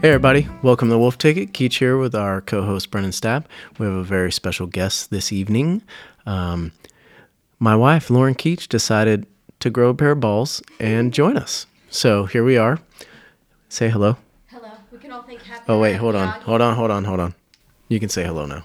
Hey, everybody. Welcome to Wolf Ticket. Keach here with our co host, Brennan Stapp. We have a very special guest this evening. Um, my wife, Lauren Keach, decided to grow a pair of balls and join us. So here we are. Say hello. Hello. We can all thank happy. Oh, Hour wait, at hold on. Miyagi. Hold on, hold on, hold on. You can say hello now.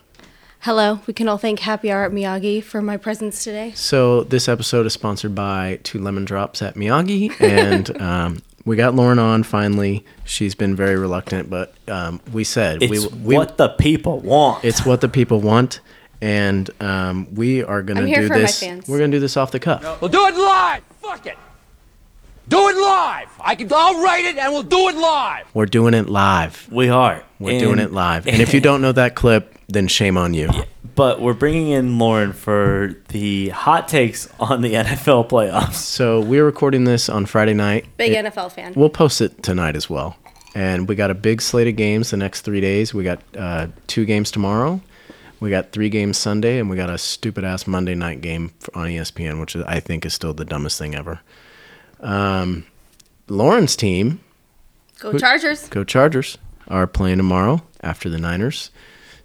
Hello. We can all thank Happy Hour at Miyagi for my presence today. So this episode is sponsored by Two Lemon Drops at Miyagi, and um, we got Lauren on finally. She's been very reluctant, but um, we said It's we, we what the people want. it's what the people want, and um, we are gonna I'm here do for my this. fans. We're gonna do this off the cuff. We'll do it live. Fuck it. Do it live. I can. I'll write it, and we'll do it live. We're doing it live. we are. We're doing it live. And if you don't know that clip, then shame on you. but we're bringing in Lauren for the hot takes on the NFL playoffs. So we're recording this on Friday night. Big It- NFL fan. We'll post it tonight as well. And we got a big slate of games the next three days. We got uh, two games tomorrow. We got three games Sunday, and we got a stupid ass Monday night game f- on E ESPN, which I think is still the dumbest thing ever. Um, Lauren's team, Go Chargers. go Chargers, are playing tomorrow after the Niners.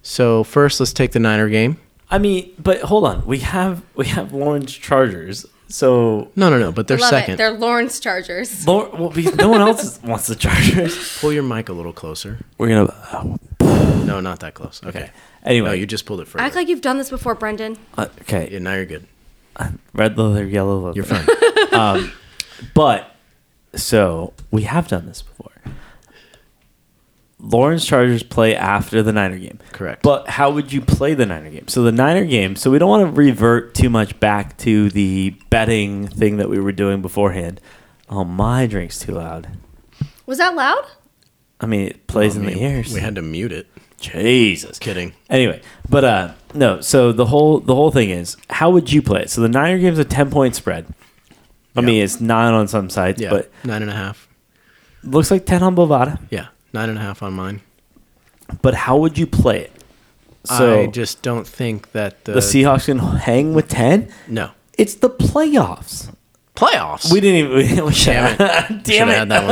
So first, let's take the Niner game. I mean, but hold on. We have we have Lauren's Chargers. So No, no, no, but they're Love second. it. They're Lawrence Chargers. Lauren, well, because no one else wants the Chargers. Pull your mic a little closer. We're gonna. No, not that close. Okay. Anyway, No, you just pulled it further. Act like you've done this before, Brendan. uh, okay. yeah, now you're good. Red leather, yellow leather. You're fine. But so we have done this before. Lawrence Chargers play after the Niner game. Correct. But how would you play the Niner game? So the Niner game, so we don't want to revert too much back to the betting thing that we were doing beforehand. Oh, my drink's too loud. Was that loud? I mean, it plays in the ears. We had to mute it. Jesus. Kidding. Anyway, but uh no, so the whole the whole thing is how would you play it? So the Niner game's a 10 point spread. I mean, it's 9 on some sites, Yeah. but nine and a half. looks like 10 on Bovada. Yeah. Nine and a half on mine. but how would you play it? So I just uh, don't think that the, the Seahawks can hang with ten. No. It's the playoffs. Playoffs. We didn't even. We should Damn have. it. Should Damn have it. had that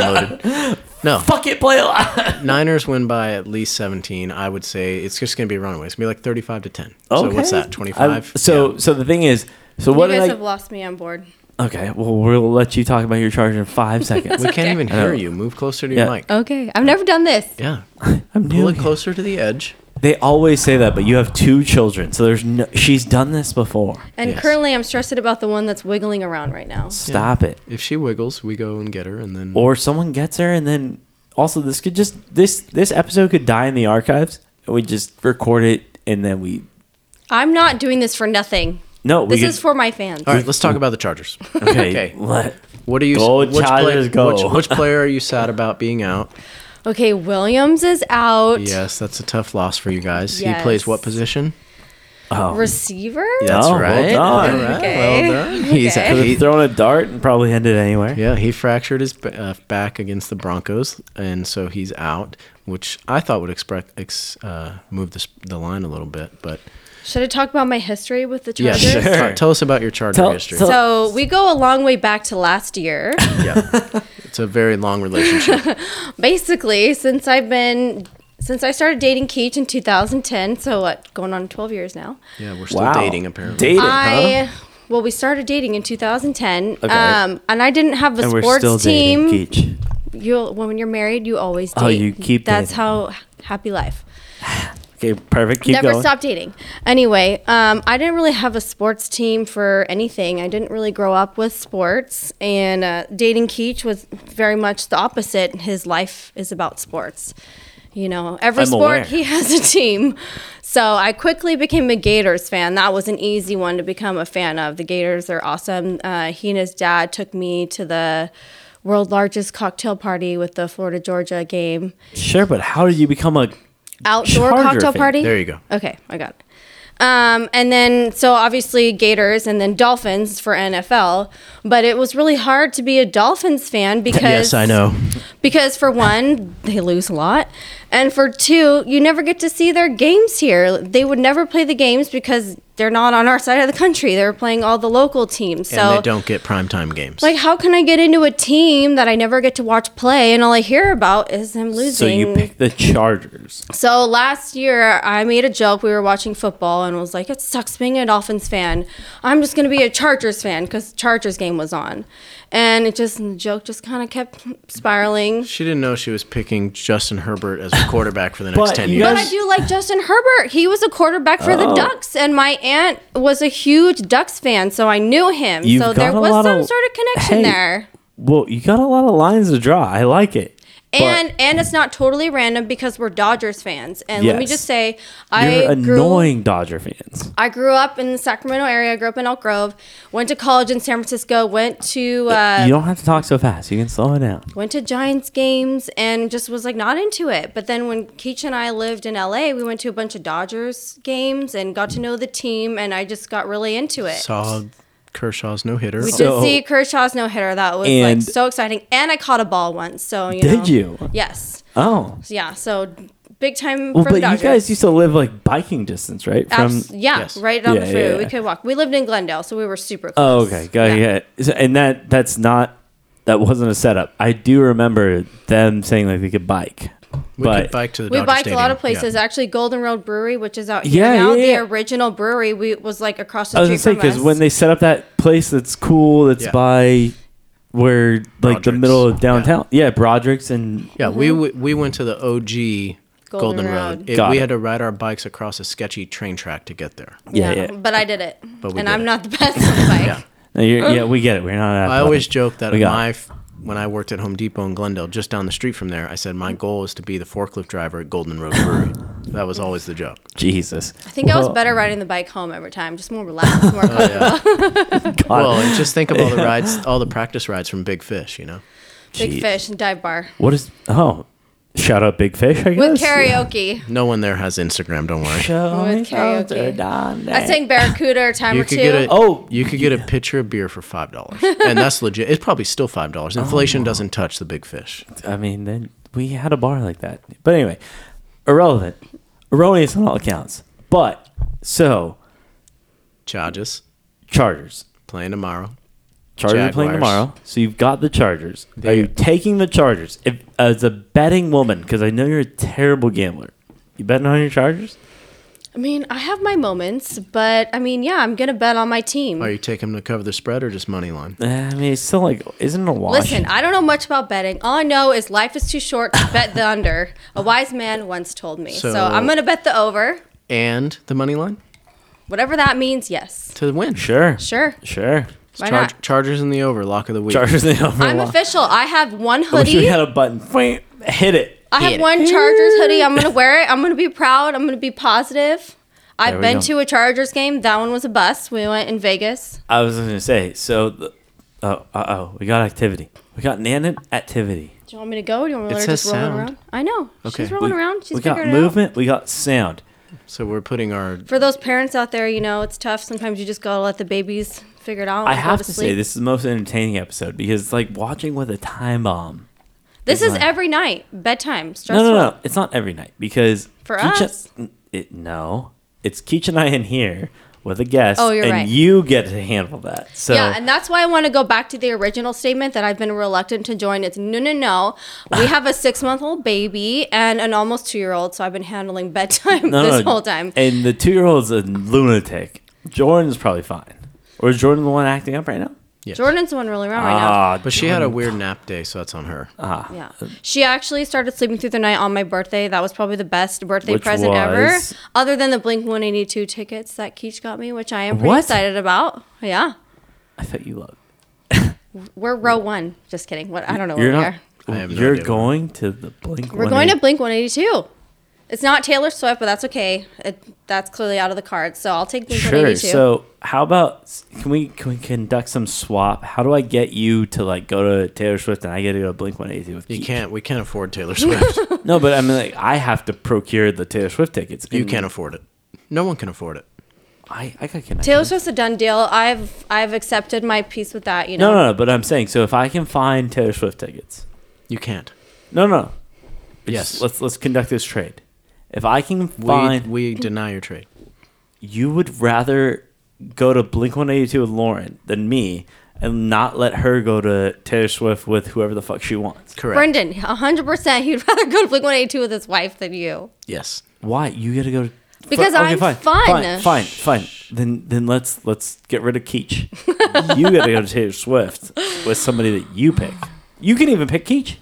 one loaded. No. Fuck it, playoffs. Niners win by at least 17. I would say it's just going to be a runaway. It's going to be like 35 to 10. So what's that? 25? so so the thing is. So what you guys did I? have lost me on board. okay. Well, we'll let you talk about your charge in five seconds. We can't even I hear know. you. Move closer to your Yeah. mic. Okay. I've never done this. Yeah. I'm Pull new. it closer to the edge. They always say that, but you have two children, so there's no. She's done this before. And Yes. currently, I'm stressed about the one that's wiggling around right now. Stop it. If she wiggles, we go and get her, and then Or someone gets her, and then also this could just this this episode could die in the archives, and we just record it, and then we I'm not doing this for nothing. No, we This could- is for my fans. all right. Let's talk about the Chargers. okay. Okay. Let, What are you? Go, which, Chargers, go. Which, which player are you sad about being out? Okay, Williams is out. Yes, that's a tough loss for you guys. He Yes. plays what position? Receiver? That's Oh, well right. done. All right, Okay. Well done. He's Okay. he- thrown a dart and probably ended anywhere. yeah. He fractured his ba- uh, back against the Broncos, and so he's out, which I thought would expre- ex- uh, move the, sp- the line a little bit, but Should I talk about my history with the yeah. Chargers? Sure. Tell, tell us about your Charger Tell- history. tell- So we go a long way back to last year. yeah, it's a very long relationship. Basically, since I've been since I started dating Keach in 2010, so what, going on 12 years now. Yeah, we're still Wow. dating apparently. Dating, huh? I well, we started dating in 2010, um, and I didn't have a And we're sports still team. dating Geach. You'll when you're married, you always date. Oh, you keep That's dating. how happy life. Okay, perfect. Keep Never going. stop dating. Anyway, um, I didn't really have a sports team for anything. I didn't really grow up with sports, and uh, dating Keach was very much the opposite. His life is about sports. You know, every I'm sport aware. he has a team. So I quickly became a Gators fan. That was an easy one to become a fan of. The Gators are awesome. Uh, he and his dad took me to the world largest cocktail party with the Florida Georgia game Sure, but how did you become a? outdoor Charger cocktail fan. party. There you go. Okay, I got it. Um, and then, so obviously Gators and then Dolphins for NFL, but it was really hard to be a Dolphins fan because Yes, I know. because for one, they lose a lot, and for two, you never get to see their games here. They would never play the games because they're not on our side of the country. They're playing all the local teams. So and they don't get primetime games. like, how can I get into a team that I never get to watch play, and all I hear about is them losing? So you pick the Chargers. So last year, I made a joke. We were watching football and was like, it sucks being a Dolphins fan. I'm just going to be a Chargers fan because Chargers game was on. And it just, the joke just kind of kept spiraling. she didn't know she was picking Justin Herbert as a quarterback for the next But 10 you years. But Yes. I do like Justin Herbert. He was a quarterback for Oh. the Ducks, and my aunt was a huge Ducks fan, so I knew him. You've so there got a was lot some of- sort of connection Hey, there. Well, you got a lot of lines to draw. I like it. But And and it's not totally random because we're Dodgers fans. And let me Yes. just say, you're I grew annoying Dodger fans. I grew up in the Sacramento area. I grew up in Elk Grove. Went to college in San Francisco. Went to you uh, don't have to talk so fast. You can slow it down. went to Giants games and just was like not into it. But then when Keach and I lived in LA, we went to a bunch of Dodgers games and got to know the team. And I just got really into it. Saw Kershaw's no hitter. we So- did see Kershaw's no hitter. That was like And- so exciting. And I caught a ball once. So you Did know. you? Yes. Oh. Yeah. So big time Well, for the but you Dodgers. guys used to live like biking distance, right? From Abs- yeah, Yes. right down Yeah, the yeah, street. We yeah. could walk. We lived in Glendale, so we were super close. Oh, okay. Got yeah. So- And that that's not that wasn't a setup. I do remember them saying like we could bike. we but could bike to the We Dodger biked a lot Stadium. of places. Yeah. Actually, Golden Road Brewery, which is out here Yeah, now, yeah, yeah. the original brewery, we was like across the I was street gonna say from us. because when they set up that place that's cool, that's Yeah. by where like the Broderick's. middle of Yeah. downtown. Yeah, Broderick's and Yeah, we w- we went to the OG Golden, Mm-hmm. Golden Road. Road. It- Got we it. had to ride our bikes across a sketchy train track to get there. yeah, yeah. but I did it, But we and did I'm it. not the best on bike. Yeah. No, you're- yeah, we get it. We're not. I always joke that We got my f- when I worked at Home Depot in Glendale, just down the street from there, I said my goal is to be the forklift driver at Golden Road Brewery. that was always the joke. Jesus. I think I was better riding the bike home every time, just more relaxed, more comfortable. Well, and just think of all the rides, all the practice rides from Big Fish. You know, Big Jeez. fish and dive bar What is? Oh, shout out Big Fish. I guess. with karaoke. no one there has Instagram. Don't worry. Show With me karaoke. something, darling. I sang Barracuda a time You or could two. get a Oh, you could get a pitcher of beer for five dollars, and that's legit. It's probably still five dollars. Oh, Inflation doesn't touch the Big Fish. I mean, then we had a bar like that. But anyway, irrelevant, erroneous on all accounts. But so Charges Chargers, playing tomorrow. Chargers are playing Jaguars. tomorrow. So you've got the Chargers. They- are you taking the Chargers? If as a betting woman, because I know you're a terrible gambler, you betting on your Chargers? I mean, I have my moments, but I mean, yeah, I'm gonna bet on my team. Are you taking them to cover the spread or just money line? Eh, I mean, it's still like, isn't it a wash? Listen, I don't know much about betting. All I know is life is too short to bet the under. A wise man once told me. So, So- I'm going to bet the over. And the money line Whatever that means, yes. to win. sure, Sure. sure. Why Charge, not? Chargers in the over, lock of the week. Chargers they over. I'm official. I have one Oh, I wish we hoodie. had I a button. Wait, Hit it. have Hit it. one Chargers hoodie. I'm going to wear it. I'm going to be proud. I'm going to be positive. There I've we been go. to a Chargers game. That one was a bust. We went in Vegas. I was gonna say. So, the, oh, uh oh, we got activity. We got Nana activity. Do you want me to go? Do you want me to It let her says just rolling sound. around? I know. Okay. She's rolling we, around. She's we got figuring it out. movement. We got sound. So we're putting our For those parents out there, you know, it's tough. Sometimes you just got to let the babies figure it out. I and go have to say, sleep. this is the most entertaining episode because it's like watching with a time bomb. This is Right. every night, bedtime, No, stressful. no, no. It's not every night because For Keach- us. n- it, no, it's Keach and I in here with a guest. Oh, you're and right. you get to handle that. So Yeah, and that's why I want to go back to the original statement that I've been reluctant to join. It's no, no, no. We have a six month old baby and an almost two year old, so I've been handling bedtime no, this no, whole time. And the two-year-old's a lunatic. Jordan's probably fine. Or is Jordan the one acting up right now? Jordan's the one rolling around right Ah, But she had a weird nap day, so that's on her. now. Yeah. She actually started sleeping through the night on my birthday. That was probably the best birthday Which present ever. was- Other than the Blink 182 tickets that Keach got me, which I am pretty What? excited about. Yeah. I thought you loved. We're row one. Just kidding. What I don't know what You're we not. are. I have no you're idea. going to the Blink. We're going to Blink 182. It's not Taylor Swift, but that's okay. It, that's clearly out of the cards. So I'll take Blink Sure. 182. So how about can we can we conduct some swap? How do I get you to like go to Taylor Swift and I get to go to Blink One Eighty with You Keith? can't. We can't afford Taylor Swift. No, but I mean like I have to procure the Taylor Swift tickets. you and can't afford it. No one can afford it. I I got connected. Taylor Swift's a done deal. I've I've accepted my peace with that. You know. No, no, no. But I'm saying so if I can find Taylor Swift tickets, You can't. No, no. It's- Yes. Let's let's conduct this trade. If I can We, find, we deny your trade. you would rather go to Blink One Eighty Two with Lauren than me, and not let her go to Taylor Swift with whoever the fuck she wants. Correct. Brendan, 100%, he'd rather go to Blink 182 with his wife than you. Yes. Why you got to go? To, Because Fi- I'm Fine, fun. fine, fine. Then then let's let's get rid of Keach. you got to go to Taylor Swift with somebody that you pick. You can even pick Keach.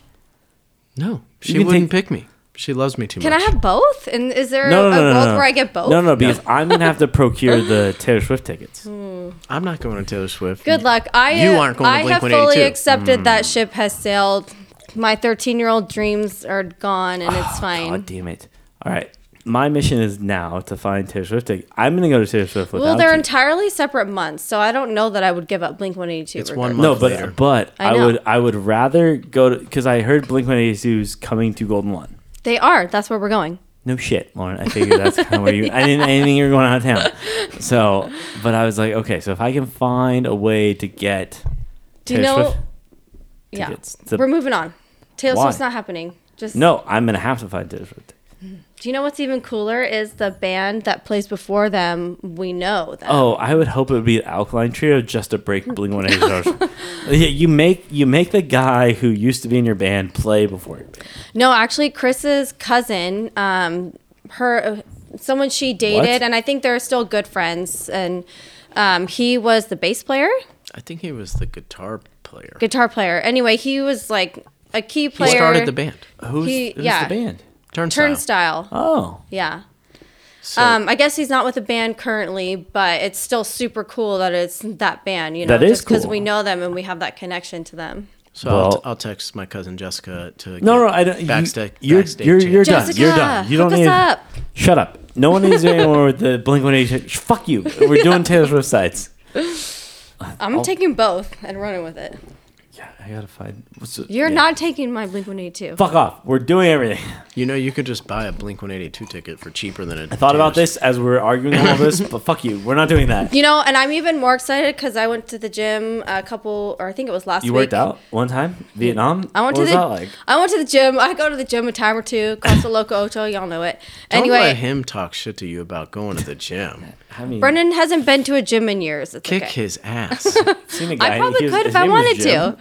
No. She can take- wouldn't pick me. She loves me too Can much. I have both? And is there No, no, a no, no, world no. where uh, I get both? No, no, because I'm gonna have to procure the Taylor Swift tickets. Hmm. I'm not going to Taylor Swift. Good luck. I You aren't going to I have Blink-182. fully accepted Mm. that ship has sailed. My 13 year old dreams are gone, and it's fine. Oh, God damn it! All right, my mission is now to find Taylor Swift. tickets. I'm gonna go to Taylor Swift without Well, they're you. entirely separate months, so I don't know that I would give up Blink 182. It's one no, month but later. but I I, know. would I would rather go to because I heard Blink One Eighty Two is coming to Golden One. They are. That's where we're going. No shit, Lauren. I figured that's kind of where you. I didn't. I didn't think you were going out of town. So, but I was like, okay. So if I can find a way to get Do you Taylor know? Swift Yeah. tickets to- we're moving on. Taylor Why? Swift's not happening. Just no, I'm gonna have to find Taylor Swift. Do you know what's even cooler is the band that plays before them. We know that. Oh, I would hope it would be an Alkaline Trio just to break Blink One Eighty Two. Yeah, you make you make the guy who used to be in your band play before your band. No, actually, Chris's cousin, um, her, someone she dated, What? and I think they're still good friends. And um, he was the bass player, I think he was the guitar player. guitar player. Anyway, he was like a key He player. started the band. Who's, He- who's yeah. the band? Turnstile. Turnstile. Oh, Yeah. So, Um, I guess he's not with the band currently, but it's still super cool that it's that band. You know, That is because cool. we know them and we have that connection to them. so I'll, well- t- I'll text my cousin Jessica to no, get no, I don't. You, Backstage, you're backstage you're, chat. you're done. Jessica, You're done. You don't hook need. us up. Shut up. No one needs to do anymore with the Blink One Eighty Two. Fuck you. We're doing Taylor Swift sites. I'm taking both and running with it. Yeah, I gotta find. What's the- You're yeah. not taking my Blink 182. Fuck off. We're doing everything. You know, you could just buy a Blink 182 ticket for cheaper than a. I thought about this as we were arguing all this, but fuck you. We're not doing that. You know, and I'm even more excited because I went to the gym a couple, or I think it was last You week. worked out one time, Vietnam. I went what to was the that like? I went to the gym. I go to the gym a time or two. Casa Loco Ocho, y'all know it. Don't let Anyway, him talk shit to you about going to the gym. I mean, Brendan hasn't been to a gym in years. It's Kick okay. his ass. seen a guy, I he probably was- could if his I name was wanted Jim. to.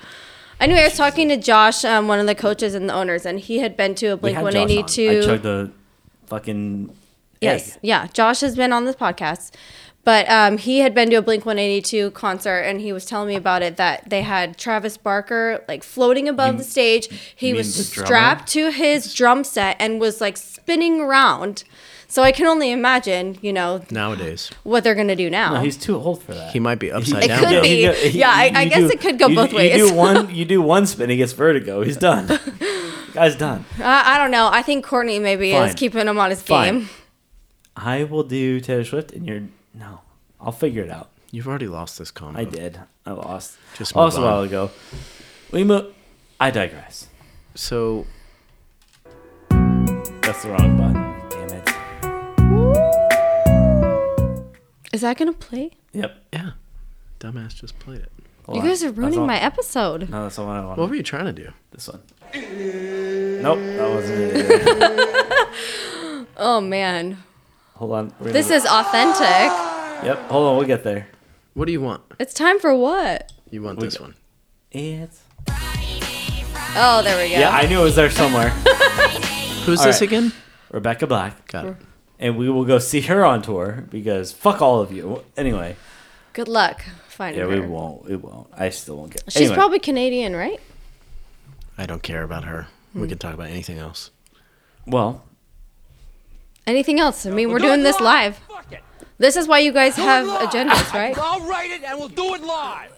Anyway, I was talking to Josh, um, one of the coaches and the owners, and he had been to a We Blink had Josh on. I 182. chugged the fucking Yes. egg. Yeah. Josh has been on this podcast, but um, he had been to a Blink 182 concert and he was telling me about it that they had Travis Barker like floating above the stage. He mean was the drummer? strapped to his drum set and was like spinning around. So I can only imagine, you know, Nowadays, what they're going to do now. No, he's too old for that. he might be upside It down. could though. be. You go- Yeah, I- I you guess it could go you- both You ways. do one, you do one spin, he gets vertigo. He's done. Guy's done. I, I don't know. I think Courtney maybe Fine. is keeping him on his Fine. game. I will do Taylor Swift, and you're no. I'll figure it out. You've already lost this combo. I did. I lost. Just Just move also on. a while ago. We move. I digress. So That's the wrong button. Damn it. Is that going to play? Yep. yeah, dumbass just played it. You Hold on. guys are That's ruining all- my episode. No, Oh, that's the one I wanted. What were you trying to do? This one. Nope, that wasn't it. Oh, man. Hold on. we're gonna This do- is authentic. Yep. Hold on. We'll get there. What do you want? It's time for what? You want this one? It's. Oh, there we go. Yeah, I knew it was there somewhere. Who's All this right. again? Rebecca Black, Got it. and we will go see her on tour because fuck all of you. Anyway. Good luck finding Yeah, her. we won't. It won't. I still won't get. She's anyway, probably Canadian, right? I don't care about her. We can talk about anything else. Well, Anything else? I mean, we're doing this live. Fuck it. This is why you guys Do it have live. agendas, I right? can- I'll write it and we'll do it live.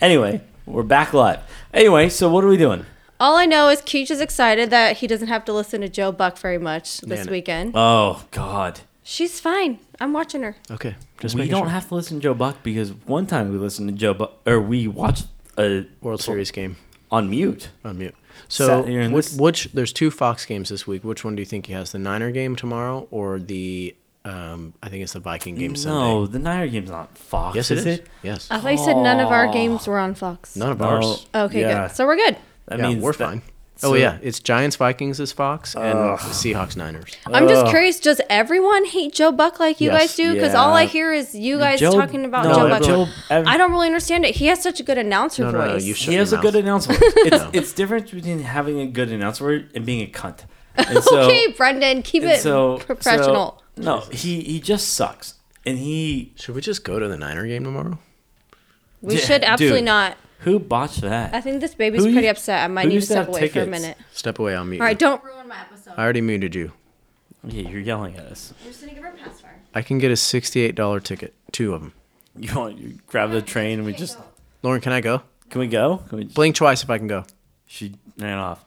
anyway, we're back live. Anyway, so what are we doing? All I know is Keach is excited that he doesn't have to listen to Joe Buck very much this Man. weekend. Oh God, She's fine. I'm watching her. Okay, just we making don't sure. have to listen to Joe Buck because one time we listened to Joe Buck or we watched a World Series game on mute. on mute. So here in which, this- which there's two Fox games this week. Which one do you think he has? The Niner game tomorrow or the um, I think it's the Viking game No, Sunday. the Niner game's not Fox. Yes, it is. Yes. I thought you said none of our games were on Fox. None of No. ours. Okay, Yeah. good. So we're good. That yeah, means we're that- fine. oh yeah, it's Giants Vikings is Fox and Seahawks Niners. I'm just curious. Does everyone hate Joe Buck like you Yes. guys do? Because all I Yeah. hear is you guys Joe- talking about no, Joe Buck. Joe- ev- I don't really understand it. He has such a good announcer No, no, voice. no, you shut He your has a mouth. good announcement. It's, it's different between having a good announcer and being a cunt. And so, okay, Brendan, keep and it so professional. so- no, he he just sucks, and he Should we just go to the Niner game tomorrow? we Yeah, should absolutely dude. not. who botched that? I think this baby's Who you- pretty upset. I might who need to used to step have away for a tickets? minute. Step away, I'll mute All right, you. don't ruin my episode. I already muted you. yeah, you're yelling at us. We're just gonna give her a pass fire. I can get a sixty-eight dollar ticket, two of them. You want you grab the train and we just Lauren, can I go? can we go? Can we, Blink twice if I can go. she ran off,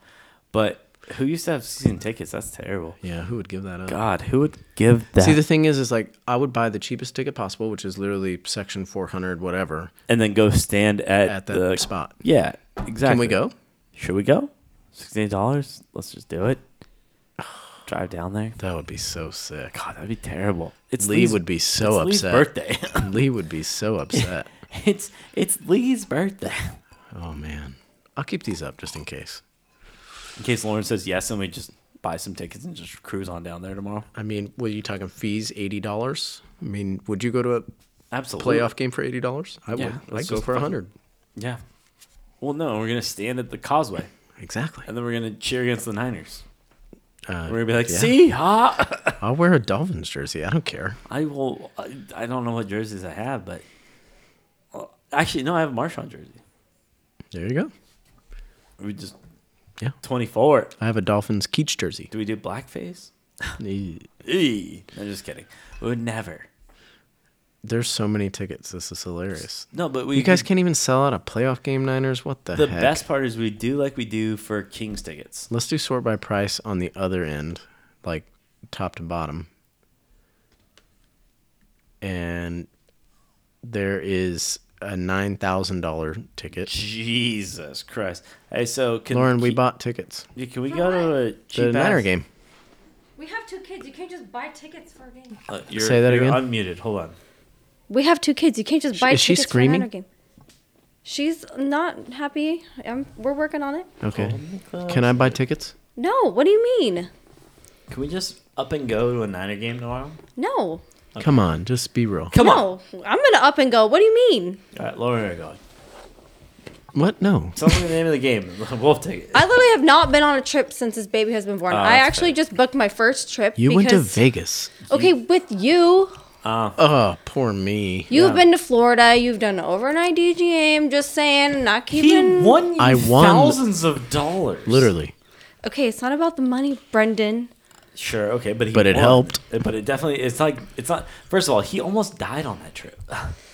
but who used to have season tickets? That's terrible. Yeah, who would give that up? God, who would give that? See, the thing is, is like I would buy the cheapest ticket possible, which is literally section four hundred, whatever, and then go stand at, at that the spot. Yeah, exactly. Can we go? Should we go? Sixteen dollars. Let's just do it. Drive down there. That would be so sick. God, that'd be terrible. It's Lee would be so it's Lee's upset. birthday. Lee would be so upset. it's it's Lee's birthday. oh man, I'll keep these up just in case. In case Lauren says yes, and we just buy some tickets and just cruise on down there tomorrow. I mean, were you talking fees? Eighty dollars. I mean, would you go to a Absolutely. playoff game for eighty dollars? I Yeah, would. I'd let's go just for a fucking- hundred. Yeah. Well, no, we're gonna stand at the causeway, Exactly. and then we're gonna cheer against the Niners. Uh, We're gonna be like, yeah. see, ha! I'll wear a Dolphins jersey. I don't care. I will. I, I don't know what jerseys I have, but well, actually, no, I have a Marshawn jersey. There you go. We just Yeah. twenty four. I have a Dolphins Keach jersey. Do we do blackface? Eh, Eee. I'm just kidding. We would never. There's so many tickets. This is hilarious. No, but we You guys can't even sell out a playoff game, Niners. What the, The heck? best part is we do like we do for Kings tickets. Let's do sort by price on the other end, like top to bottom. And there is a nine thousand dollar ticket. Jesus Christ! Hey, so can Lauren, we can- bought tickets. yeah, Can we go to a The cheap Niner ass- game. We have two kids. You can't just buy tickets for a game. Uh, you're, Say that you're again? Unmuted. Hold on. We have two kids. You can't just buy is she tickets for screaming? another game. She's not happy. i we're working on it. Oh Okay. Can I buy tickets? No, what do you mean? Can we just up and go to a Niner game tomorrow? No. Come on, just be real. Come on. no. I'm going to up and go. What do you mean? All right, Lauren, are going. What? No. Tell me the name of the game. Wolf ticket. I literally have not been on a trip since this baby has been born. I Oh, that's actually just booked my first trip. You went to because- Vegas. Okay, with you. Oh, poor me. You've been to Florida. You've done an overnight DGA. I'm just saying, not He keeping. won you I won- thousands of dollars. Literally. Okay, it's not about the money, Brendan. Sure. Okay, but he But it won. helped. But it definitely. It's like it's not. First of all, he almost died on that trip.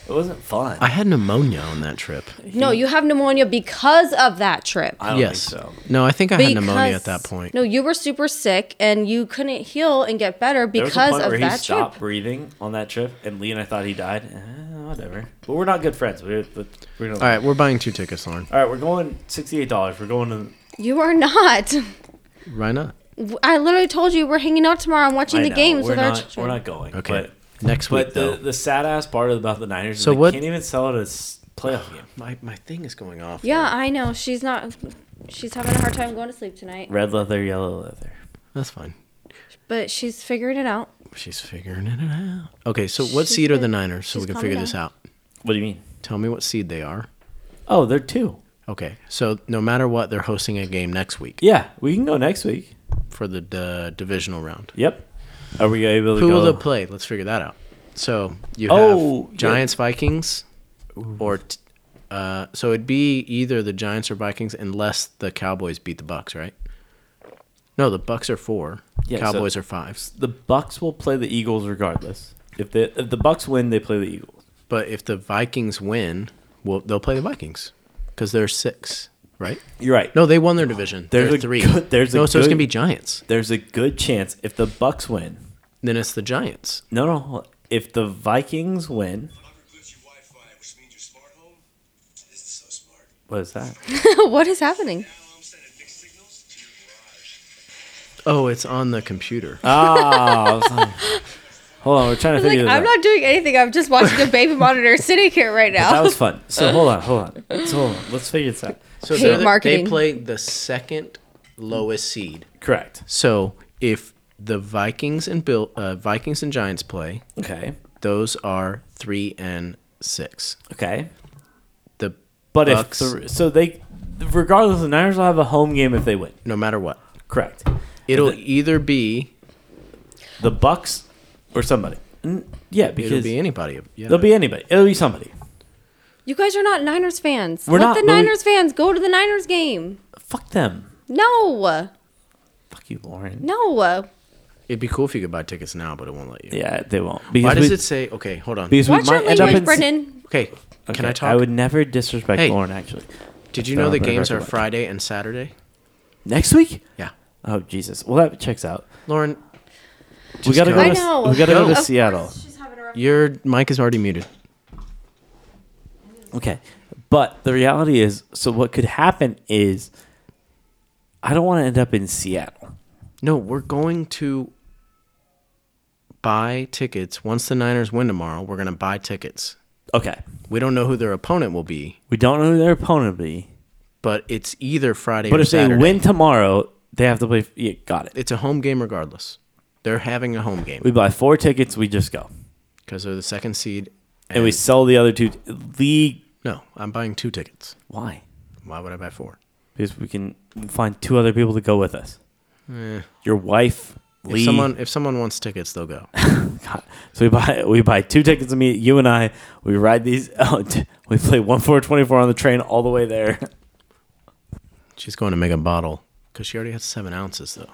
It wasn't fun. I had pneumonia on that trip. No, you have pneumonia because of that trip. I don't yes. think so. No, I think I had pneumonia at Because- that point. No, you were super sick and you couldn't heal and get better There was because a point of where he that stopped trip. breathing on that trip, and Lee and I thought he died. Eh, whatever. But we're not good friends. We're, we're gonna, All right, we're buying two tickets, Lauren. All right, we're going sixty-eight dollars. We're going to. You are not. Why not? I literally told you we're hanging out tomorrow and watching I the know, games we're with not, our We're children. not going. Okay. But, Next week, but though. the the sad ass part about the Niners is So they what- can't even sell it as playoff game. my, my thing is going off. yeah, I know. She's not. She's having a hard time going to sleep tonight, Red leather, yellow leather. That's fine. but she's figuring it out. She's figuring it out. Okay, so what She's seed are the good. Niners so we She's can calming figure down. this out? What do you mean? Tell me what seed they are. Oh, they're two. Okay, so no matter what, they're hosting a game next week Yeah, we can go next week. for the uh, divisional round. Yep. Are we able to Who go? will they play? Let's figure that out. So you have Oh, yeah. Giants, Vikings, or t- uh, so it'd be either the Giants or Vikings, unless the Cowboys beat the Bucks, right? No, the Bucks are four. Yeah, so- Cowboys are five. the Bucks will play the Eagles regardless. If the if the Bucks win, they play the Eagles. But if the Vikings win, well, they'll play the Vikings because they're six, right? You're right. No, they won their division. There's they're a three. good- there's a no, so it's good- gonna be Giants. There's a good chance if the Bucks win. Then it's the Giants. No, no. hold- If the Vikings win, Unlock includes your Wi-Fi, which means your smart home. This is so smart. what is that? what is happening? Now I'm sending mixed signals to your garage. Oh, it's on the computer. Ah, Hold on, we're trying to Like figure this I'm out. not doing anything. I'm just watching a baby monitor sitting here right that now. was fun. So hold on, hold on. So hold on. Let's figure this out. So Paid they're the- they marketing. play the second lowest seed. Correct. So if the Vikings and Bill uh, Vikings and Giants play, Okay. those are three and six. Okay. The But Bucks, if the, so, they regardless, the Niners will have a home game if they win. no matter what, Correct. it'll The- either be the Bucks or somebody. N- Yeah, because it'll be anybody. Yeah. there'll be anybody. It'll be somebody. You guys are not Niners fans. We're Let not, the but we- Niners fans go to the Niners game. Fuck them. No, Fuck you, Lauren. no. It'd be cool if you could buy tickets now, but it won't let you. Yeah, they won't. Because Why does we, it say? Okay, hold on. Because Watch we might your end up language, in. Brendan. okay, can I Okay, talk? I would never disrespect Hey. Lauren. Actually, Did you know Uh, the but I games are recommend. Friday and Saturday? next week. Yeah, Oh Jesus! Well, that checks out. Lauren, we gotta go. go. I To, know. We gotta go, Go. to Seattle. your mic is already muted. Okay, but the reality is, so what could happen is, I don't want to end up in Seattle. No, we're going to buy tickets once the Niners win tomorrow. We're going to buy tickets. Okay, We don't know who their opponent will be, we don't know who their opponent will be, but it's either Friday but or if Saturday. they win tomorrow, they have to play. Yeah, got it. it's a home game regardless. They're having a home game We buy four tickets. We just go, because they're the second seed. and we sell the other two. The no, I'm buying two tickets. why? Why would I buy four? Because we can find two other people to go with us. Your wife, Lee. If someone if someone wants tickets, they'll go. God. So we buy we buy two tickets to meet you and I. We ride these. Oh, t- we play one four twenty four on the train all the way there. She's going to make a bottle because she already has seven ounces though.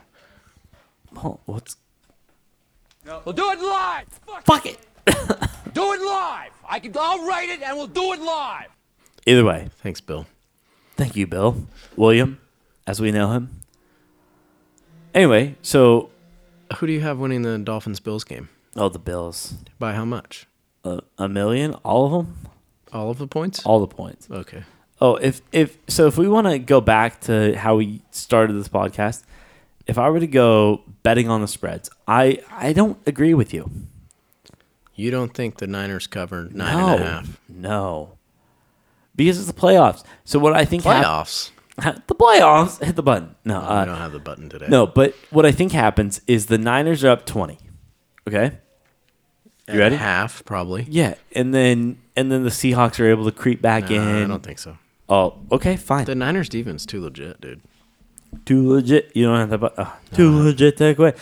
Oh, what's We'll do it live. Fuck, fuck it? it. Do it live. I can. I'll write it, and we'll do it live. Either way, Thanks, Bill. thank you, Bill William, as we know him. Anyway, so Who do you have winning the Dolphins Bills game? oh the Bills, By how much? a, a million, all of them, All of the points? all the points. Okay. Oh, if if so, if we want to go back to how we started this podcast, if I were to go betting on the spreads, I I don't agree with you. You don't think the Niners cover nine no, and a half? no, because it's the playoffs. So what I think hap- Playoffs. the playoffs hit the button. No, I uh, don't have the button today. no, but what I think happens is the Niners are up twenty. Okay, At you ready? Half probably. yeah, and then and then the Seahawks are able to creep back in. Nah, Uh, I don't think so. Oh, okay, fine. The Niners defense too legit, dude. too legit. You don't have to. bu- Uh, too Uh-huh. legit to quit.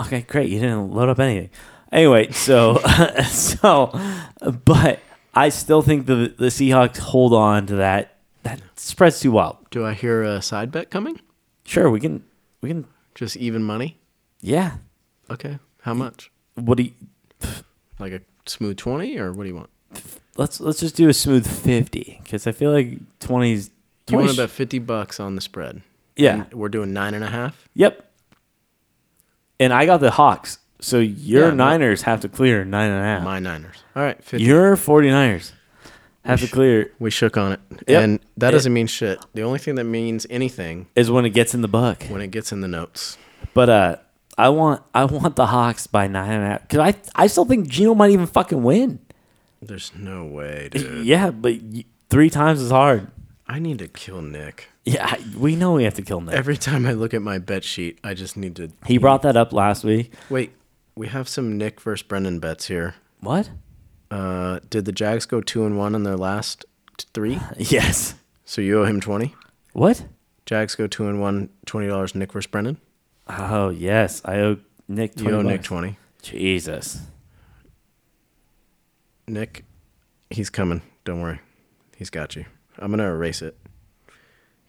Okay, great. You didn't load up anything. Anyway, so so, but I still think the the Seahawks hold on to that. That spreads too wild. Do I hear a side bet coming? Sure, we can we can. Just even money? Yeah. Okay. How much? What do you? Like a smooth twenty, or what do you want? Let's let's just do a smooth fifty because I feel like twenties. Do you want to bet fifty bucks on the spread? Yeah. And we're doing nine and a half. Yep. And I got the Hawks, so your Yeah, my- Niners have to clear nine and a half. My Niners. All right, fifty. Your 49ers have to clear we shook on it, Yep. and that It- doesn't mean shit. The only thing that means anything is when it gets in the book. when it gets in the notes. But uh, I want I want the Hawks by nine and a half because I I still think Geno might even fucking win. There's no way, dude. Yeah, but y- three times as hard. I need to kill Nick. Yeah, I- we know we have to kill Nick. Every time I look at my bet sheet, I just need to. he brought that up last week. Wait, we have some Nick versus Brendan bets here. What? Uh, did the Jags go two and one in their last t- three? Yes. So you owe him twenty. What? Jags go two and one, twenty dollars. Nick versus Brendan. Oh yes, I owe Nick. 20 You owe Nick bucks. twenty. Jesus. Nick, he's coming. Don't worry, he's got you. I'm gonna erase it,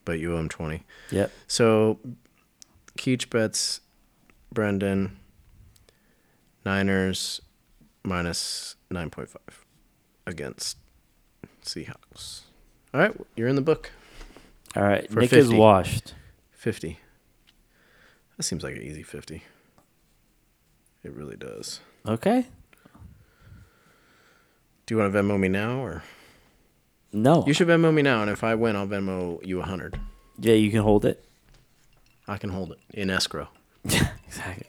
but you owe him twenty. Yep. So, Keach bets Brendan Niners minus 9.5 against Seahawks. All right, you're in the book. All right. For Nick is 50. washed. 50. That seems like an easy 50. It really does. Okay. Do you want to Venmo me now or? No. You should Venmo me now and if I win, I'll Venmo you 100. yeah, you can hold it. I can hold it in escrow. Exactly.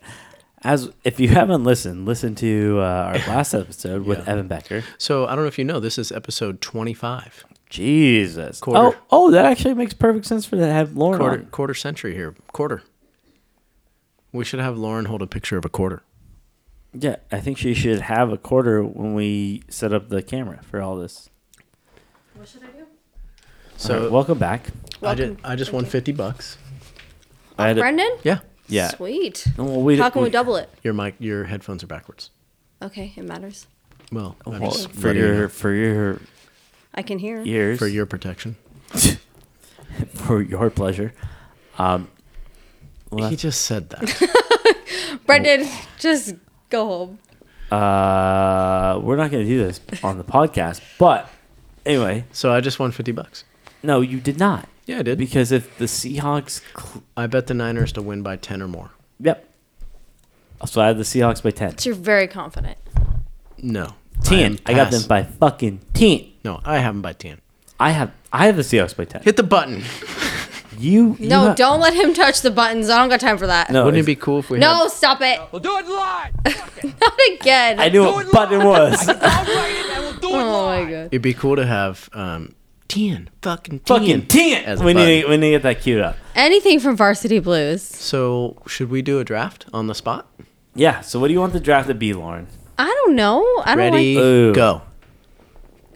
As if you haven't listened, listen to uh, our last episode with Yeah. Evan Becker. So, I don't know if you know, this is episode 25. Jesus. Quarter. Oh, oh, that actually makes perfect sense for that. Have Lauren. Quarter on. quarter century here. Quarter. We should have Lauren hold a picture of a quarter. Yeah, I think she should have a quarter when we set up the camera for all this. What should I do? So Alright, welcome back. I just I just won fifty bucks. I had a- Brendan? Yeah. yeah. Sweet. Well, we- How can we, we- double it? Your mic your headphones are backwards. Okay, it matters. Well, I'm Oh, Well, just for letting you your know. for your I can hear. ears for your protection. for your pleasure. Um, well, He just said that. Brendan, just go home. uh, we're not going to do this on the podcast, but anyway, so I just won fifty bucks. no, you did not. Yeah, I did. Because if the Seahawks, cl- I bet the Niners to win by ten or more. yep. So I had the Seahawks by ten. You're very confident. No. Ten. I, got them by. by fucking ten. No, I haven't by 10. I have I have the Seahawks by ten. Hit the button. You you No, have- don't let him touch the buttons. I don't got time for that. No, Wouldn't it's- it be cool if we No, had stop it. We'll do it live. Fuck it. Not again. I knew Do what it button live. I was. can- I'll write it and we'll do it Oh live. my god. It'd be cool to have um 10 fucking 10. Fucking ten. as a We need to, button. we need to get that queued up. Anything from Varsity Blues. So, should we do a draft on the spot? Yeah. So what do you want the draft to be, Lauren? I don't know. I don't Ready? Ooh. Go.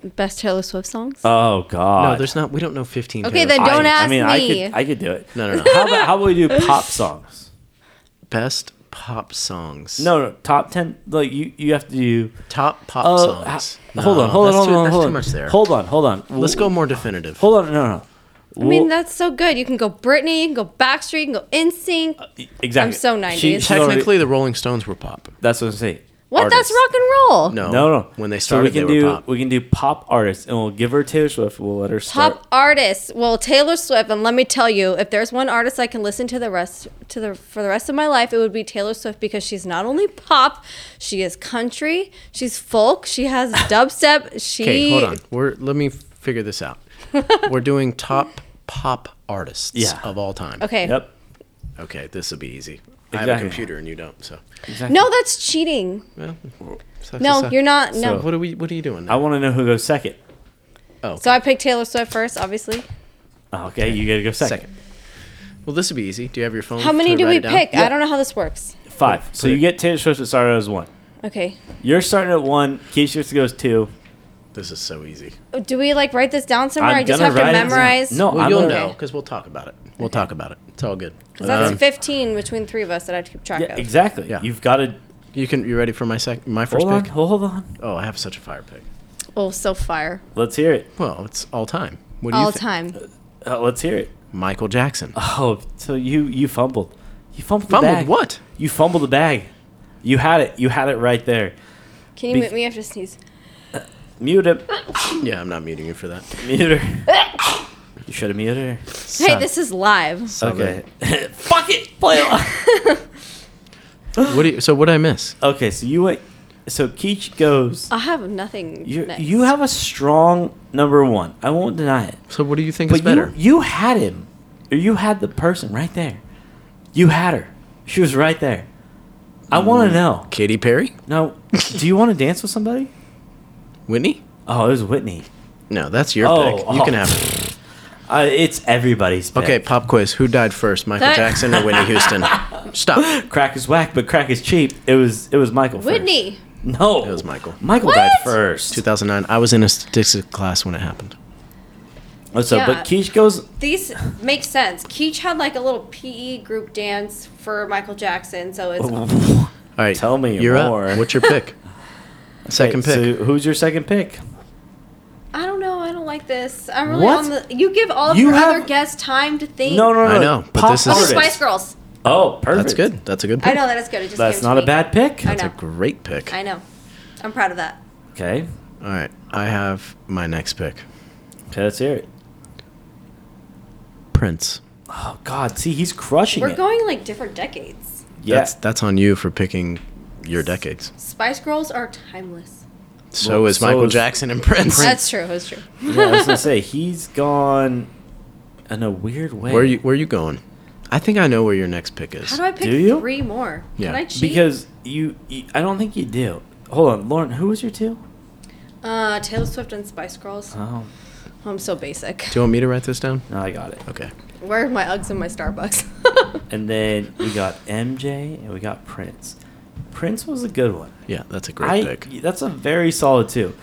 like best Taylor Swift songs. Oh No, God. there's not we don't know 15 Okay, Taylor then Swift. don't ask I me. could I could do it. No, no, no. How about how about we do pop songs? Best pop songs. No, no, top ten. Like you, you have to do. Top pop Oh, songs. ha- hold on, hold on, that's hold too- on, that's hold too on. much there. Hold on, hold on. Let's go more definitive. Hold on, no, no. I mean, that's so good. You can go Britney, you can go Backstreet, you can go InSync. exactly. I'm so 90s. she's already- Technically, the Rolling Stones were pop. that's what I'm saying. What? That's Artists. rock and roll. No. No, no. When they So started, we can they were do pop. we can do pop artists, and we'll give her Taylor Swift. We'll let her start. Top artists. Well, Taylor Swift, and let me tell you, if there's one artist I can listen to the rest to the for the rest of my life, it would be Taylor Swift because she's not only pop, she is country, she's folk, she has dubstep, she Okay, hold on. We're let me figure this out. we're doing top pop artists Yeah. of all time. Okay. Yep. Okay, this will be easy. I have a Exactly. computer and you don't, so. No, that's cheating. Well, sucks No, to suck. you're not. No. So- What are we? What are you doing? I Now? want to know who goes second. Oh, okay. So I picked Taylor Swift first, obviously. Oh, Okay, you gotta go second. second. Well, this would be easy. Do you have your phone? How many to do write we it down? pick? I don't know how this works. Five. So put you it- get Taylor Swift to start out as one. Okay. You're starting at one. Keisha goes two. This is so easy. Do we like write this down somewhere? I just gonna have to write it down. memorize. No, Well, I'm you'll gonna- know because we'll talk about it. We'll talk about it. It's all good. 'Cause that's Um, 15 between three of us that I have to keep track uh, Yeah, of. exactly. Yeah. You've got to you can. You ready for my sec? My first hold on. pick? Hold on. Oh, I have such a fire pick. Oh, so fire. Let's hear it. Well, it's all time. What do you All thi- time. Uh, let's hear it. Michael Jackson. Oh, so you you fumbled. You fumbled. Fumbled the bag. what? You fumbled the bag. You had it. You had it right there. Can you Be- mute me? I have to sneeze. Mute him. Yeah, I'm not muting you for that. Mute her. you should have muted her. Hey, this is live. Okay. Fuck it. Play it. live. What do you? So what did I miss? okay, so you went. So Keach goes. I have nothing. You next. you have a strong number one. I won't deny it. So what do you think is But better? you you had him. Or you had the person right there. You had her. She was right there. I Mm. want to know. Katy Perry, Now, do you want to dance with somebody? Whitney. Oh, it was Whitney. No, that's your Oh, pick. You oh. can have it. Uh, it's everybody's pick. Okay, pop quiz. Who died first, Michael That- Jackson or Whitney Houston? Stop. Crack is whack, but crack is cheap. It was it was Michael. first. Whitney. No, It was Michael. Michael What? died first. 2009. I was in a statistics class when it happened. Oh, So, Yeah. but Keish goes. These make sense. Keach had like a little PE group dance for Michael Jackson, so it's Oh. All right. Tell me you're more. Up. What's your pick? Second pick. So who's your second pick? I don't know. I don't like this. I'm really What? on the. You give all of You your have- other guests time to think. No, no, no. I know, but Pop this is- Oh, artist. Spice Girls. Oh, perfect. That's good. That's a good pick. I know that is good. It just That's came to not a me. bad pick. I That's a know. great pick. I know. I'm proud of that. Okay. All right. I have my next pick. Okay, let's hear it. Prince. Oh God, see, he's crushing We're it. going like different decades. yeah. That's that's on you for picking your decades. Spice Girls are timeless. So Well, is so Michael is- Jackson and Prince. That's true. That's true. yeah, I was gonna say he's gone in a weird way. Where are you where are you going? I think I know where your next pick is. How do I pick Do you? three more? Yeah. Can I cheat? Because you, you, I don't think you do. Hold on, Lauren. Who was your two? uh, Taylor Swift and Spice Girls. Oh, I'm so basic. Do you want me to write this down? No, I got it. Okay. Where are my Uggs and my Starbucks? And then we got MJ and we got Prince. Prince was a good one. Yeah, that's a great I, pick. that's a very solid two.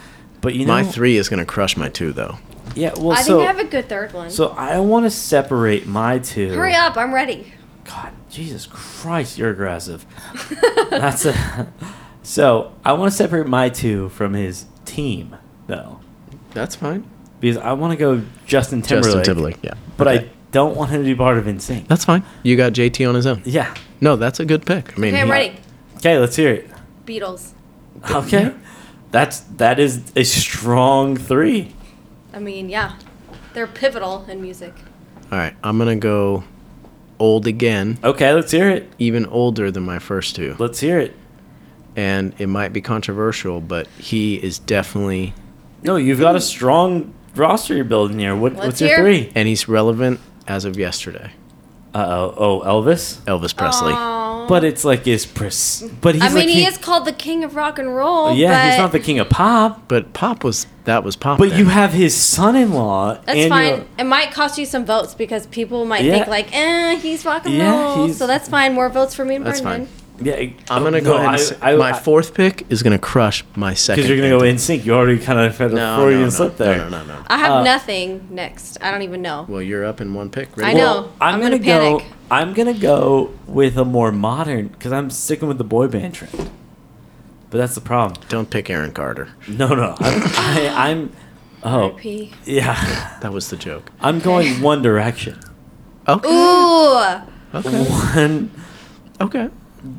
But you know, My three is gonna crush my two though. Yeah, well, I so didn't have a good third one. so I want to separate my two. Hurry up, I'm ready. God, Jesus Christ, you're aggressive. That's a. So I want to separate my two from his team though, That's fine. because I want to go Justin Timberlake. Justin Timberlake. Yeah. But Okay. I don't want him to be part of Insane. That's fine. You got JT on his own. Yeah. No, that's a good pick. I mean, Okay, I'm he- ready. Okay, let's hear it. Beatles. Okay. That's that is a strong three. I mean, yeah, they're pivotal in music. All right, I'm gonna go old again, Okay, let's hear it. even older than my first two. Let's hear it. and it might be controversial, but he is definitely No, you've got a strong roster you're building here. What, Let's what's your hear. three? and he's relevant as of yesterday. Uh oh, oh Elvis. Elvis Presley. Aw. But it's like his pres. But he's I mean, like he is called the king of rock and roll. Yeah, but he's not the king of pop. But pop was that was pop. But then. you have his son-in-law. That's and fine. your- It might cost you some votes because people might Yeah. think like, eh, he's rock and Yeah, roll. he's- So that's fine. More votes for me and That's Brendan. Yeah, I'm gonna no, go ahead. I- and say, I- my I- fourth pick is gonna crush my second. Because you're gonna go pick. in sync. You already kind of had a No, Freudian no, no, slip no, there. No, no, no, I have Uh, nothing next. I don't even know. Well, you're up in one pick. I Ready? know. I'm, I'm gonna, gonna go. panic. I'm gonna go with a more modern because I'm sticking with the boy band trend. But that's the problem. Don't pick Aaron Carter. No, no, I'm. I, I'm oh, R.I.P. yeah. That was the joke. I'm going One Direction. Okay. Ooh. Okay. One, Okay.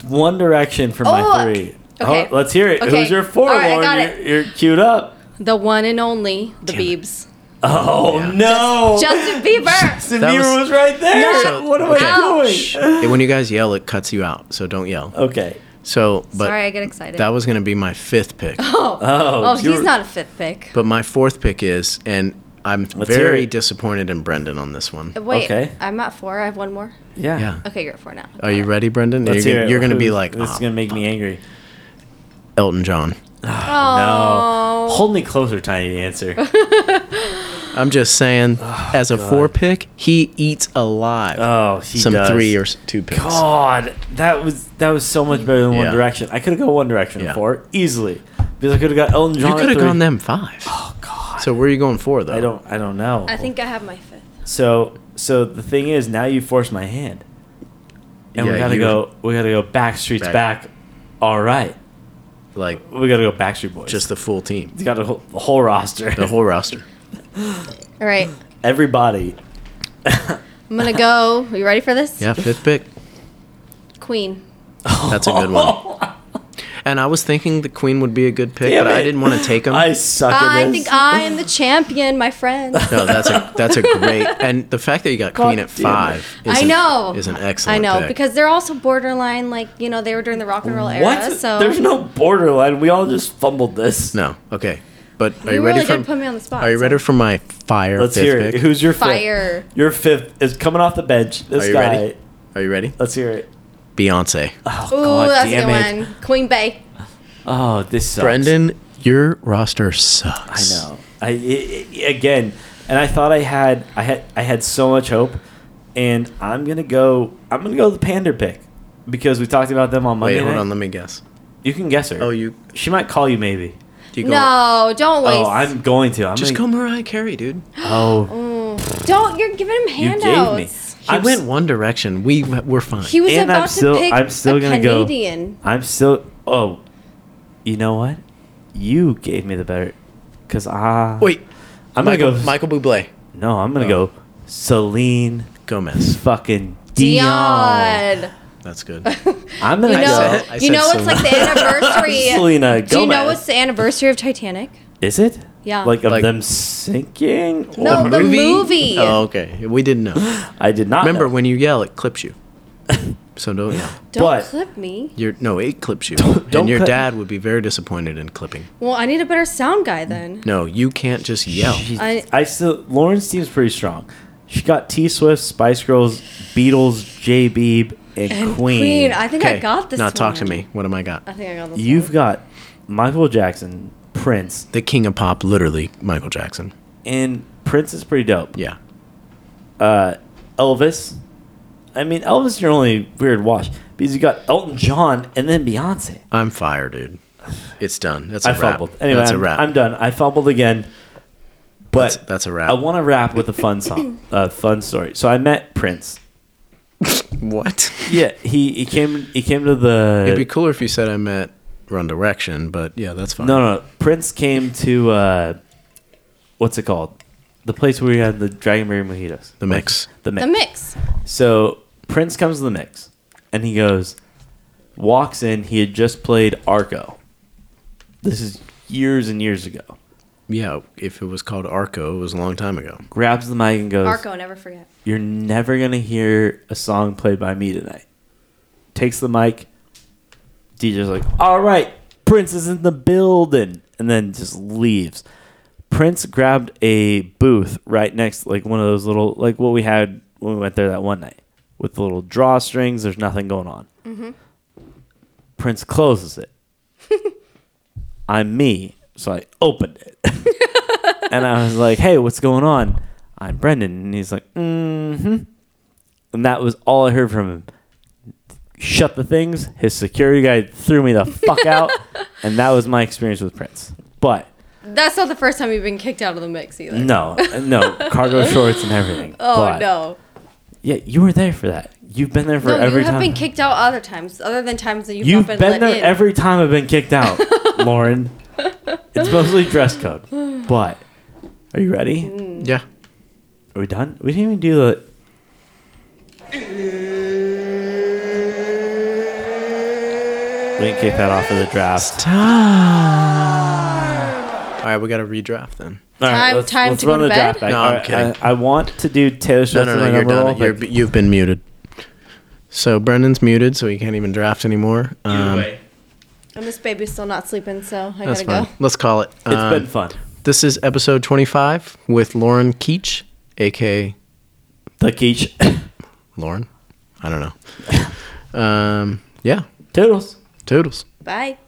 One Direction for Oh, my three. okay. Oh, let's hear it. Okay. Who's your four? All right, I Lauren? got you're, you're queued up. The one and only, the Damn it. Biebs. Oh Yeah. no! Justin Bieber. Justin That Bieber was- was, right there. So- what am okay. I doing? Ouch. And when you guys yell, it cuts you out. So don't yell. Okay. So, but Sorry, I get excited. that was gonna be my fifth pick. oh, Oh, oh, you he's were- not a fifth pick. But my fourth pick is, and I'm hear very it. disappointed in Brendan on this one. Wait, Okay. I'm at four. I have one more. Yeah. Yeah. Okay, you're at four now. Are you ready, Brendan? Let's you're hear gonna, it. you're gonna be This- like this "Ah, is gonna "Oh, make me angry. Elton John. Oh, No, hold me closer, Tiny Dancer. I'm just saying, as a four pick, he eats alive Oh, he some does. three or s- two picks. God, that was that was so much better than One Yeah. Direction. I could have gone One Direction Yeah. four easily because I could have got Elton John. You at could have three. gone them five. Oh God, So where are you going for though? I don't. I don't know. I think I have my fifth. so. So the thing is, now you force my hand, and we Yeah, gotta you- go. We gotta go Backstreet's Back. back. All right, like we gotta go Backstreet Boys. just the full team, It's got a whole, the whole roster. the whole roster. All right, Everybody. I'm gonna go. Are you ready for this? Yeah, fifth pick. Queen. That's a good one. And I was thinking the Queen would be a good pick, Damn but I it. didn't want to take him. I suck at I this. think I am the champion, my friend. No, that's a that's a great. And the fact that you got Queen at damn it. five, is I an- know. is an excellent. I know pick. because they're also borderline, like you know, they were during the rock and roll era. what? So There's no borderline. We all just fumbled this. no, okay, but are you, you ready really for? did put me on the spot. Are you so- ready for my fire? Let's fifth hear pick? it. Who's your fifth? Fire. Your fifth is coming off the bench. This Are you guy. ready? Are you ready? Let's hear it. Beyonce. Oh, Ooh, God that's a damn good it. one. Queen Bay. Oh, this sucks. Brendan, your roster I sucks. know. I, i i again, and I thought I had, I had, I had so much hope, and I'm gonna go. I'm gonna go with the Pander pick because we talked about them on Monday. Wait, hold night. on. Let me guess. You can guess her. Oh, you- She might call you maybe. Do you go? No, don't waste. Oh, I'm going to. I'm Just go gonna, Mariah Carey, dude. Oh, Don't. You're giving him you gave me. handouts. He I'm went s- one direction. We were fine. He was And about I'm to still- pick I'm still a gonna go- Canadian. I'm still. Oh, you know what? You gave me the better. Cause I. Wait, I'm Michael, gonna go. Michael Bublé, No, I'm gonna Oh. go. Celine Gomez. fucking Dion. Dion. That's good. I'm gonna You know, said- go. I you know said it's like the anniversary. Selena Gomez. Do you know it's the anniversary of Titanic? Is it? Yeah. Like of Like- them sinking? No, Or- the movie. Oh, okay. We didn't know. I did not. Remember, know. when you yell, it clips you. So don't yell. Don't But- clip me. Your no, it clips you. don't and your clip- dad would be very disappointed in clipping. Well, I need a better sound guy then. No, you can't just yell. Jeez. I- I still Lauren's team's pretty strong. She got T Swift, Spice Girls, Beatles, J Beeb, and, Queen. Queen. I think I Okay, got this. Now talk one. to me. What am I got? I think I got this. You've one. got Michael Jackson, Prince, The king of pop, literally Michael Jackson. and Prince is pretty dope. Yeah. Elvis. I mean, Elvis, your only weird wash because you got Elton John and then Beyonce. I'm fired, dude. It's done. That's a I wrap. fumbled. Anyway, that's I'm, a wrap. I'm done. I fumbled again. But That's- that's a wrap. I want to wrap with a fun song, a fun story. So I met Prince. what? Yeah, he, he came he came to the It'd be cooler if you said I met Run Direction, but yeah, that's fine. No, no. Prince came to uh, what's it called? The place where we had the Dragonberry mojitos. The mix. The mix. The mix. So Prince comes to the mix, and he goes, walks in. He had just played Arco. This is years and years ago. Yeah, if it was called Arco, it was a long time ago. Grabs the mic and goes, Marco, never forget. "You're never gonna hear a song played by me tonight." Takes the mic. DJ's like, "All right, Prince is in the building," and then just leaves. Prince grabbed a booth right next, like one of those little, like what we had when we went there that one night with the little drawstrings. There's nothing going on. Prince closes it. I'm me, so I opened it, and I was like, "Hey, what's going on?" I'm Brendan, and he's like, "Mm-hmm," and that was all I heard from him. Shut the things. His security guy threw me the fuck out, and that was my experience with Prince. But That's not the first time you've been kicked out of the mix either. no, no, cargo shorts and everything. Oh But- no. Yeah, you were there for that. You've been there for No, every you have time. been kicked out other times, other than times that you've, You've not been, been, let there in. every time I've been kicked out, Lauren. It's mostly dress code. But are you ready? Yeah. Are we done? We didn't even do the. We didn't kick that off of the draft. All right, we got to redraft then. All Time- let's, time let's to go run to the bed? draft back. No, All I'm right, kidding. I, I want to do Taylor No, Swift. no, in no, my you're number done. one You're, pick. you've been muted. So Brendan's muted, so he can't even draft anymore. Um, Anyway, and this baby's still not sleeping, so I that's gotta fine. go. Let's call it. It's Um, been fun. This is episode 25 with Lauren Keach, aka The Keach. uh, Lauren. I don't know. um, yeah, Toodles. toodles. Bye.